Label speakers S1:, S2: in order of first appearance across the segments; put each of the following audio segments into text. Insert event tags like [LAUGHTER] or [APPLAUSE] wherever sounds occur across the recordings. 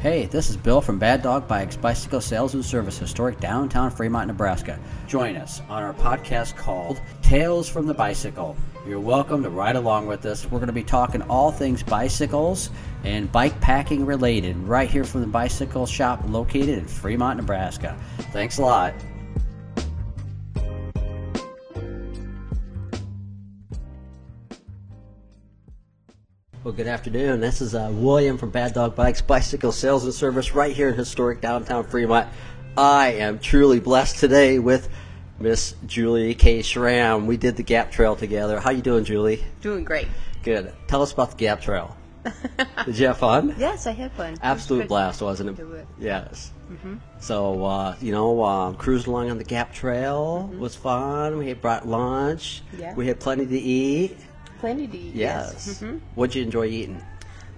S1: Hey, this is Bill from Bad Dog Bikes Bicycle Sales and Service, historic downtown Fremont, Nebraska. Join us on our podcast called Tales from the Bicycle. You're welcome to ride along with us. We're going to be talking all things bicycles and bike packing related right here from the bicycle shop located in Fremont, Nebraska. Thanks a lot. Well, good afternoon. This is uh, William from Bad Dog Bikes Bicycle Sales and Service right here in historic downtown Fremont. I am truly blessed today with Miss Julie K. Schramm. We did the Gap Trail together. How you doing, Julie?
S2: Doing great.
S1: Good. Tell us about the Gap
S2: [LAUGHS]
S1: Trail. Did you have fun?
S2: Yes, I had one. It was
S1: Absolute
S2: good.
S1: blast, wasn't it?
S2: It Mm-hmm. was.
S1: Yes. So uh, you know, uh, cruised along on the Gap Trail was fun. We had brought lunch.
S2: Mm-hmm. Yeah.
S1: We had plenty to eat.
S2: Plenty to eat.
S1: Yes.
S2: Mm-hmm.
S1: What'd you enjoy eating?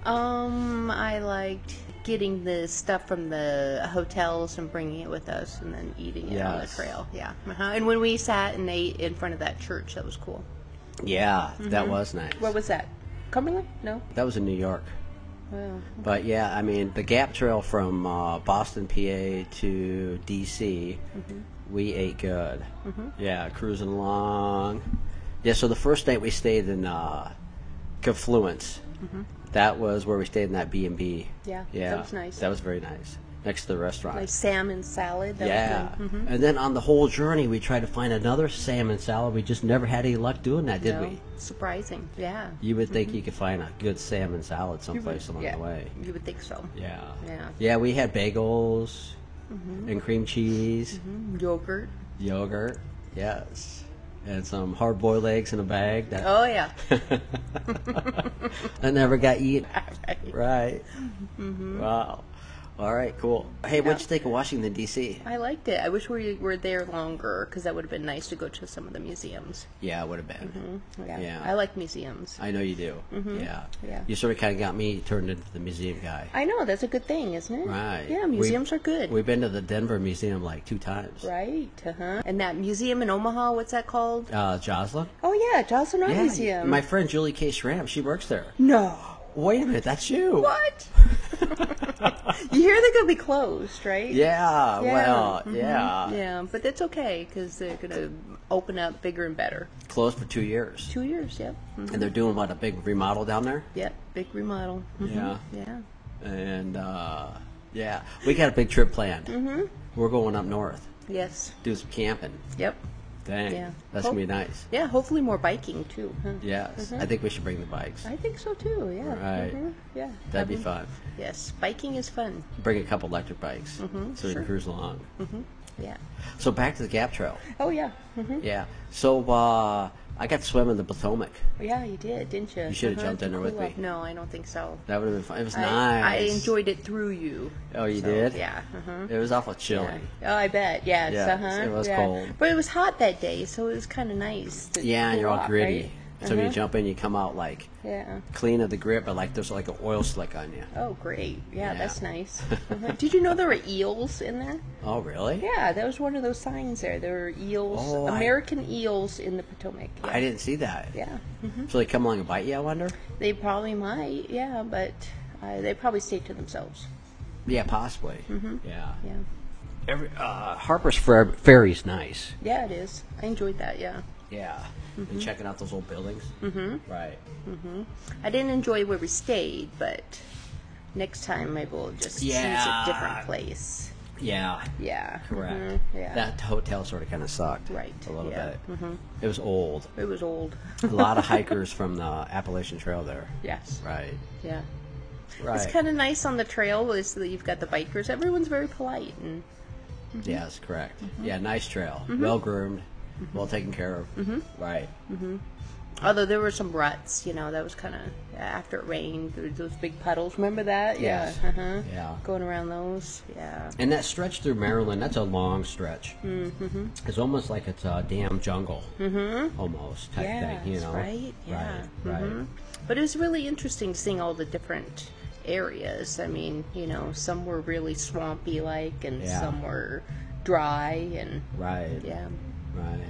S2: Um, I liked getting the stuff from the hotels and bringing it with us, and then eating it on the
S1: Yes.
S2: trail. Yeah. Uh-huh. And when we sat and ate in front of that church, that was cool.
S1: Yeah, that
S2: Mm-hmm.
S1: was nice.
S2: Where was that? Cumberland? No.
S1: that was in New York.
S2: Well,
S1: But yeah, I mean, the Gap Trail from uh, Boston, PA to DC,
S2: Mm-hmm.
S1: we ate good. Yeah, cruising along. Yeah, so the first night we stayed in uh, Confluence. That was where we stayed in that B and B.
S2: Mm-hmm. Yeah, that
S1: yeah,
S2: was nice.
S1: That was very nice, next to the restaurant.
S2: like salmon salad. That was Mm-hmm.
S1: Yeah,
S2: good.
S1: and then on the whole journey, we tried to find another salmon salad. We just never had any luck doing that, did
S2: No,
S1: we?
S2: Surprising. Yeah.
S1: You would think you could find a good salmon salad someplace along
S2: Mm-hmm. yeah.
S1: the way.
S2: You would think so.
S1: Yeah.
S2: Yeah. Mm-hmm.
S1: we had bagels and cream cheese,
S2: Mm, Yogurt.
S1: yogurt, yes, and some hard boiled eggs in a bag that, [LAUGHS]
S2: Oh yeah.
S1: that never got eaten.
S2: [LAUGHS] Right. Mm-hmm.
S1: Right. Wow. All right, cool. Hey, what'd you think of Washington, D.C.?
S2: I liked it. I wish we were there longer because that would have been nice to go to some of the museums.
S1: Yeah, it would have
S2: Mm-hmm.
S1: been.
S2: Mm, Yeah,
S1: Yeah.
S2: I like museums.
S1: I know you do. Yeah.
S2: Mm-hmm. Yeah.
S1: You sort of kind of got me turned into the museum guy.
S2: I know that's a good thing, isn't it?
S1: Right.
S2: Yeah,
S1: We-
S2: museums are good.
S1: We've been to the Denver Museum like two times.
S2: right. Uh huh. And that museum in Omaha, what's that called?
S1: Uh, Jocelyn?
S2: Oh yeah, Jocelyn Art
S1: Yeah,
S2: Museum.
S1: My friend Julie K. Schramm, she works there.
S2: no.
S1: Wait a minute, that's you.
S2: What? you hear they're gonna be closed,
S1: [LAUGHS]
S2: right?
S1: Yeah,
S2: [LAUGHS] Yeah,
S1: well,
S2: mhm,
S1: yeah.
S2: Yeah, but that's okay because they're gonna open up bigger and better.
S1: Closed for two years.
S2: Two years. Yep. Mhm.
S1: And they're doing, what, a big remodel down there?
S2: Yep. Big remodel. Mhm.
S1: Yeah.
S2: Yeah.
S1: And, uh, yeah. We got a big trip planned. Mm-hmm. We're going up north,
S2: Yes.
S1: do some camping.
S2: Yep.
S1: Dang.
S2: Yeah.
S1: That's going to be nice.
S2: Yeah, hopefully more biking too. huh?
S1: Yes. I think we should bring the bikes.
S2: Mm-hmm. I think so too. Yeah.
S1: Right.
S2: Mhm, Yeah.
S1: That'd be
S2: Um,
S1: fun.
S2: Yes, biking is fun.
S1: Bring a couple electric bikes
S2: Mm-hmm,
S1: so we can cruise along.
S2: Yeah.
S1: So back to the Gap Trail.
S2: Oh yeah. Mhm.
S1: Yeah. So uh, I got to swim in the Potomac.
S2: Yeah, you did, didn't you? You
S1: shoulda jumped in there with me.
S2: No, I don't think so.
S1: That would have been fun. It was
S2: I,
S1: nice.
S2: I enjoyed it through you.
S1: Oh, you
S2: So,
S1: did?
S2: Yeah. Uh-huh.
S1: It was awful chilly.
S2: Oh, I bet. Yes.
S1: Yes, it
S2: uh-huh.
S1: was
S2: yeah.
S1: cold.
S2: But it was hot that day, so it was kind of nice. to
S1: Yeah, and
S2: cool
S1: you're all
S2: off,
S1: gritty.
S2: right?
S1: So you
S2: Uh-huh.
S1: jump in, you come out like
S2: Yeah.
S1: clean of the grip, but like there's like an oil slick on you.
S2: Oh, great. Yeah,
S1: Yeah. [LAUGHS]
S2: that's nice. Uh-huh. Did you know there were eels in there?
S1: Oh, really?
S2: Yeah, that was one of those signs there. There were eels,
S1: Oh, I-
S2: American eels in the Potomac. Yeah.
S1: I didn't see that.
S2: yeah.
S1: So they come along and bite you, I wonder?
S2: They probably might, yeah, but uh, they probably stayed to themselves.
S1: Yeah, possibly. Yeah.
S2: Mm-hmm. Yeah.
S1: Every, uh, Harper's Fer- Ferry's nice.
S2: Yeah, it is. I enjoyed that, yeah.
S1: Yeah.
S2: Mm-hmm.
S1: And checking out those old buildings. Mm-hmm. Right.
S2: I didn't enjoy where we stayed, but next time I will just
S1: Yeah.
S2: choose a different place.
S1: Yeah.
S2: Yeah.
S1: Correct.
S2: Mhm, Yeah.
S1: That hotel sort of kind of sucked.
S2: Right,
S1: A little
S2: yeah. Mm-hmm.
S1: bit. It was old.
S2: it was old.
S1: a
S2: [LAUGHS]
S1: lot of hikers from the Appalachian Trail there.
S2: yes.
S1: Right.
S2: Yeah.
S1: Right.
S2: It's kind of nice on the trail is that you've got the bikers. Everyone's very polite and Mm-hmm.
S1: Yes, correct. Yeah, nice trail. Well groomed, well taken care of. Mm-hmm. Right.
S2: Although there were some ruts, you know, that was kind of after it rained. There were those big puddles. Remember that?
S1: Yes.
S2: Yeah. Uh-huh.
S1: Yeah.
S2: Going around those. Yeah.
S1: And that stretch through Maryland, that's a long stretch. Mm-hmm. It's almost like it's a damn jungle. Mm-hmm. Almost type
S2: Yeah.
S1: thing, you know?
S2: Right. Yeah. Mm-hmm.
S1: Right. Right.
S2: But it was really interesting seeing all the different areas. I mean, you know, some were really swampy like, and
S1: Yeah.
S2: some were dry, and
S1: Right.
S2: yeah.
S1: Right.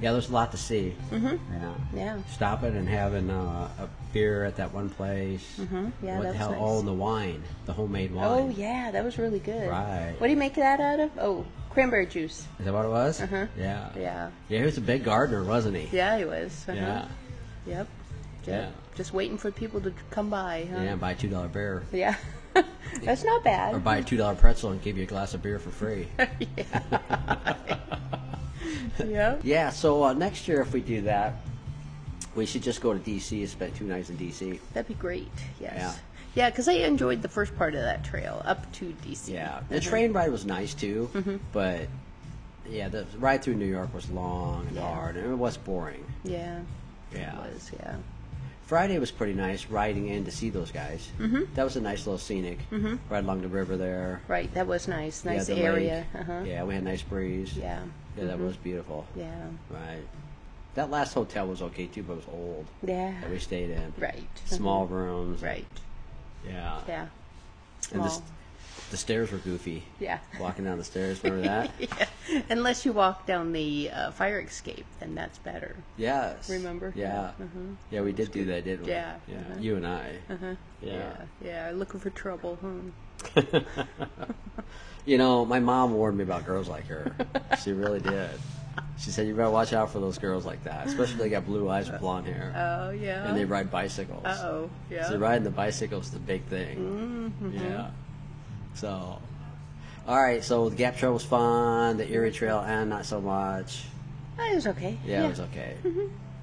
S1: Yeah, there's a lot to see. Mm-hmm. Yeah.
S2: Yeah.
S1: Stopping and having uh, a beer at that one place. Mm-hmm.
S2: Yeah,
S1: what
S2: that
S1: the
S2: was
S1: hell?
S2: nice.
S1: Oh, and the wine, the homemade wine.
S2: Oh yeah, that was really good.
S1: Right.
S2: What do you make that out of? Oh, cranberry juice.
S1: Is that what it was?
S2: Uh-huh.
S1: Yeah.
S2: Yeah.
S1: Yeah, he was a big gardener, wasn't he?
S2: Yeah, it was. Uh-huh.
S1: Yeah.
S2: Yep. Yep.
S1: Yeah.
S2: Just waiting for people to come by, huh?
S1: Yeah, buy a two dollar beer.
S2: Yeah. [LAUGHS] That's not bad.
S1: Or
S2: [LAUGHS]
S1: buy a two dollar pretzel and give you a glass of beer for free.
S2: [LAUGHS] Yep.
S1: [LAUGHS] yeah, so uh, next year if we do that, we should just go to DC and spend two nights in DC.
S2: That'd be great. Yes. Yeah, because I enjoyed the first part of that trail up to Uh-huh. DC.
S1: Yeah, the train ride was nice too, but yeah, the ride through New York was long and
S2: Yeah.
S1: hard, and it was boring.
S2: Yeah.
S1: Yeah.
S2: It was. Yeah.
S1: Friday was pretty nice riding in to see those guys. Mm-hmm. That was a nice little scenic mm-hmm. ride along the river there.
S2: Right. That was nice.
S1: Yeah,
S2: Nice
S1: the
S2: area.
S1: lake.
S2: Uh-huh.
S1: Yeah, we had a nice breeze.
S2: Yeah.
S1: Yeah, Mm-hmm. that was beautiful.
S2: Yeah.
S1: Right. That last hotel was okay too, but it was old
S2: Yeah.
S1: that we stayed in.
S2: Right.
S1: Small rooms.
S2: [LAUGHS] Right.
S1: Yeah.
S2: Yeah. [LAUGHS]
S1: And the, s-
S2: Small.
S1: the stairs were goofy.
S2: Yeah.
S1: Walking down the
S2: [LAUGHS]
S1: stairs, remember that?
S2: Yeah. Unless you walk down the uh, fire escape, then that's better.
S1: Yes.
S2: Remember? Uh-huh.
S1: Yeah. Yeah, we did do that, didn't we?
S2: Yeah.
S1: Yeah.
S2: Uh-huh.
S1: You and I. Yeah.
S2: Yeah. yeah, Looking for trouble. Hmm.
S1: You know, my mom warned me about girls like her. she really did. She said, "You better watch out for those girls like that, especially if they got blue eyes with blonde hair,
S2: [LAUGHS] Oh yeah.
S1: and they ride bicycles.
S2: Oh yeah. Mm-hmm.
S1: So riding the bicycle is the big thing. Yeah. So, all right. So the Gap Trail was fun. The Erie Trail, and not so much.
S2: Oh, it was okay.
S1: Yeah, it was okay.
S2: Mm-hmm.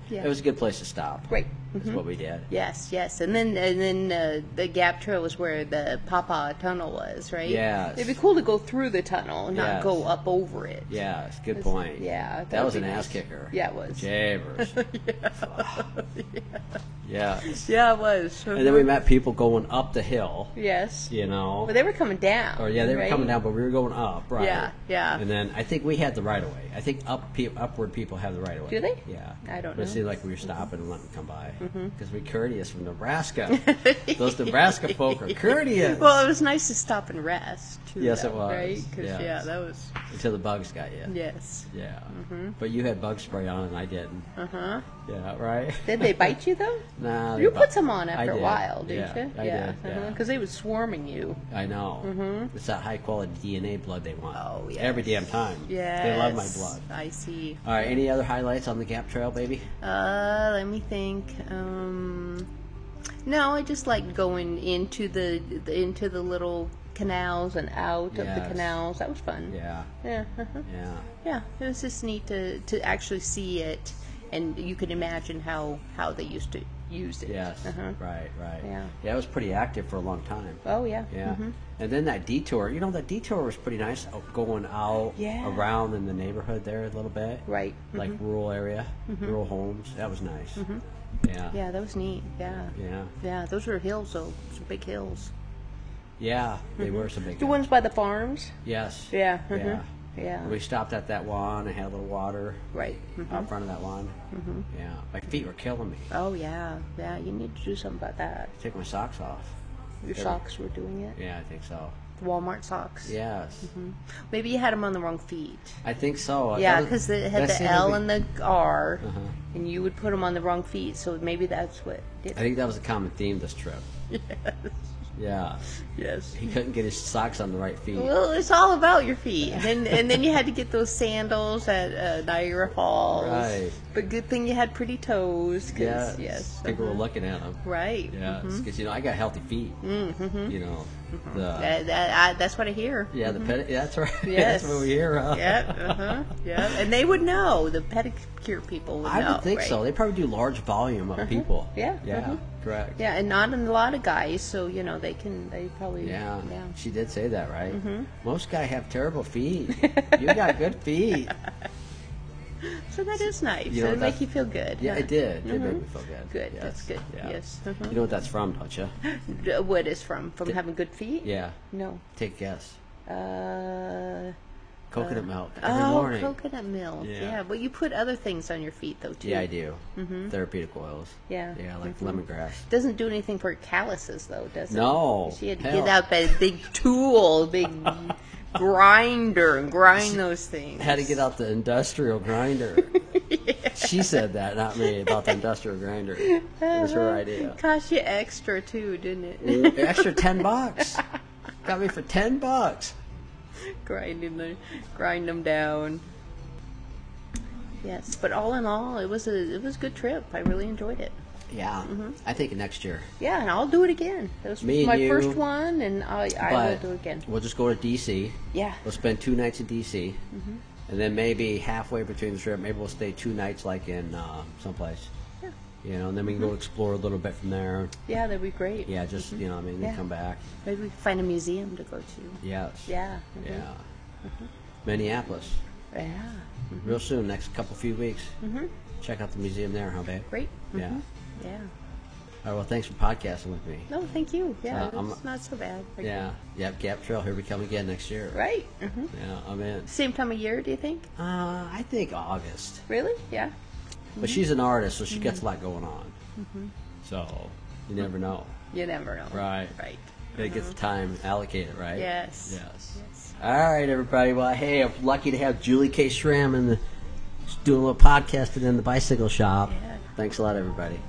S2: Yeah. Mm-hmm.
S1: It was a good place to stop.
S2: Right.
S1: That's what we did.
S2: Yes, yes, and then and then uh, the Gap Trail was where the Papa Tunnel was, right?
S1: Yes.
S2: It'd be cool to go through the tunnel, not
S1: Yes.
S2: go up over it.
S1: Yeah, it's a good point.
S2: Yeah,
S1: that was
S2: would
S1: an
S2: be
S1: ass
S2: nice.
S1: kicker. [LAUGHS]
S2: Yeah, it was. [LAUGHS]
S1: Javers. yeah.
S2: Yeah, it was.
S1: And then we met people going up the hill,
S2: Yes.
S1: you know.
S2: Well, they were coming down.
S1: or Oh, yeah, they were
S2: right?
S1: coming down, but we were going up, right?
S2: Yeah, yeah.
S1: And then I think we had the right of way. I think up pe- upward people have the right of way.
S2: Do they?
S1: Yeah. But
S2: I don't
S1: It
S2: know. Mm-hmm.
S1: seemed like we were stopping and letting them come by because we're courteous from
S2: [LAUGHS]
S1: Nebraska. Those Nebraska folk are courteous
S2: Well, it was nice to stop and rest. Too,
S1: Yes,
S2: though,
S1: it was.
S2: Right? 'Cause,
S1: Yes.
S2: yeah, that was.
S1: until the bugs got you.
S2: Yes.
S1: Yeah.
S2: Mm-hmm.
S1: But you had bug spray on and I didn't.
S2: Uh huh.
S1: Yeah. Right.
S2: Did they bite you though?
S1: [LAUGHS] Nah, they
S2: You
S1: bu-
S2: put some on
S1: I
S2: after a
S1: did.
S2: while, didn't
S1: Yeah,
S2: you?
S1: I
S2: yeah. Uh-huh.
S1: did, yeah.
S2: Because they was swarming you.
S1: I know. Mm-hmm. It's that high quality DNA blood they want.
S2: Oh, yes.
S1: Every damn time.
S2: Yeah.
S1: They love my blood.
S2: I see.
S1: All right. Any other highlights on the Gap Trail, baby?
S2: Uh, let me think. Um, no, I just like going into the into the little canals and out of
S1: Yes.
S2: the canals. That was fun.
S1: Yeah.
S2: Yeah. uh-huh.
S1: Yeah.
S2: Yeah. It was just neat to to actually see it, and you can imagine how how they used to use it.
S1: Yes.
S2: Uh-huh.
S1: Right. Right.
S2: Yeah.
S1: Yeah. It was pretty active for a long time.
S2: Oh yeah.
S1: Yeah. And then that detour. You know, that detour was pretty nice. uh, Going out
S2: Yeah.
S1: around in the neighborhood there a little bit.
S2: Right. Mm-hmm.
S1: Like rural area, rural homes. That was nice. Yeah.
S2: Mm-hmm. Yeah. That was neat. Yeah.
S1: Yeah.
S2: Yeah, those were hills, though. Some big hills.
S1: Yeah. They were some big.
S2: The ones by the farms?
S1: Yes.
S2: Mm-hmm. Yeah. mhm.
S1: Yeah.
S2: Yeah.
S1: We stopped at that one. I had a little water
S2: Right. mhm.
S1: out front of that one.
S2: Mm-hmm.
S1: Yeah, my feet were killing me.
S2: Oh, yeah. Yeah, you need to do something about that.
S1: Take my socks off.
S2: Your
S1: Yeah.
S2: socks were doing it.
S1: Yeah, I think so.
S2: The Walmart socks.
S1: Yes,
S2: Maybe you had them on the wrong feet.
S1: I think so.
S2: Mm-hmm. Yeah,
S1: Oh, That-
S2: because it had
S1: that
S2: the
S1: seemed to
S2: L
S1: be-
S2: and the R,
S1: Uh-huh.
S2: and you would put them on the wrong feet, so maybe that's what did
S1: I think that was a common theme this trip. Yeah,
S2: Yes.
S1: he couldn't get his socks on the right feet.
S2: Well, it's all about your feet, and then, and then you had to get
S1: [LAUGHS]
S2: those sandals at uh, Niagara Falls.
S1: Right.
S2: But good thing you had pretty
S1: yes,
S2: toes, because yes,
S1: people
S2: uh-huh.
S1: were looking at him.
S2: right. Mm-hmm.
S1: Yes, because you know I got healthy feet. Mm-hmm. You know, the,
S2: That, that, I, that's what I hear.
S1: yeah, the pedi- That's right. [LAUGHS]
S2: Mm-hmm. Yes.
S1: that's what we hear. Huh?
S2: Yeah, uh-huh, yeah, and they would know. The pedicure people would
S1: [LAUGHS] I
S2: know.
S1: would think
S2: right? Uh-huh.
S1: so. They probably do large volume of people.
S2: Yeah,
S1: yeah,
S2: mhm.
S1: correct.
S2: Yeah, and not in a lot of guys, so you know they can. They probably.
S1: Yeah,
S2: Yeah. Mm-hmm.
S1: she did say that, right? Most guys have terrible
S2: [LAUGHS]
S1: feet. you got good feet.
S2: So that is nice.
S1: You know,
S2: It'll
S1: that's-
S2: make you feel good.
S1: Yeah,
S2: huh?
S1: it did. It made me feel good.
S2: Mm-hmm. Good, that's good, yes, mhm.
S1: You know what that's from, don't you?
S2: Mm-hmm. D- What is from from having good feet?
S1: Yeah.
S2: No.
S1: Take a guess.
S2: Uh,
S1: Coconut milk every
S2: Oh,
S1: morning.
S2: coconut milk.
S1: Yeah.
S2: Yeah. but you put other things on your feet though too.
S1: yeah, I do. Therapeutic oils.
S2: Mm-hmm. Yeah. Mm-hmm.
S1: Yeah, like lemongrass.
S2: Doesn't do anything for calluses though, does it?
S1: No,
S2: She had to
S1: hell.
S2: get out that big tool,
S1: [LAUGHS]
S2: big grinder, and grind those things.
S1: Had to get out the industrial
S2: [LAUGHS]
S1: grinder. She said that, not me, about the industrial
S2: [LAUGHS]
S1: grinder. It
S2: Uh-huh.
S1: was her idea.
S2: Cost you extra too, didn't it?
S1: An
S2: [LAUGHS]
S1: extra ten bucks. Got me for ten bucks.
S2: grinding the grind them down. Yes, but all in all, it was a it was a good trip. I really enjoyed it.
S1: Yeah,
S2: Mm-hmm.
S1: I think next year.
S2: Yeah, and I'll do it again. That was
S1: Me and
S2: my
S1: you.
S2: first one, and I, I will do it again.
S1: We'll just go to DC.
S2: Yeah.
S1: We'll spend two nights in DC,
S2: Mm-hmm.
S1: and then maybe halfway between the trip, maybe we'll stay two nights, like in uh, someplace.
S2: Yeah. Mm-hmm.
S1: You know, and then we can go explore a little bit from there.
S2: Yeah, that'd be great.
S1: Yeah, just you know, I mean, then
S2: Mm-hmm. Yeah.
S1: come back.
S2: Maybe we could find a museum to go to.
S1: Yes.
S2: Yeah. Mm-hmm.
S1: Yeah. Minneapolis,
S2: Yeah. Mm-hmm.
S1: real soon, next couple few weeks. Mm-hmm. Check out the museum there, huh, babe?
S2: Great. Mm-hmm.
S1: Yeah. All
S2: Yeah.
S1: right. Well, thanks for podcasting with me.
S2: No, thank you. Yeah,
S1: Uh, I'm-
S2: it's not so bad.
S1: Yeah. Yep. Gap Trail. Here we come again next year.
S2: Right. hmm
S1: Yeah. I'm in.
S2: Same time of year, do you think?
S1: Uh, I think August.
S2: Really? Yeah.
S1: But she's an artist, so she gets a lot going on. So you never know.
S2: You never know.
S1: Right.
S2: Right.
S1: Gotta get the time allocated, right?
S2: Yes.
S1: Yes.
S2: Yes.
S1: All right, everybody. Well, hey, I'm lucky to have Julie K. Schramm and the, doing a little podcasting in the bicycle shop.
S2: Yeah.
S1: Thanks a lot, everybody.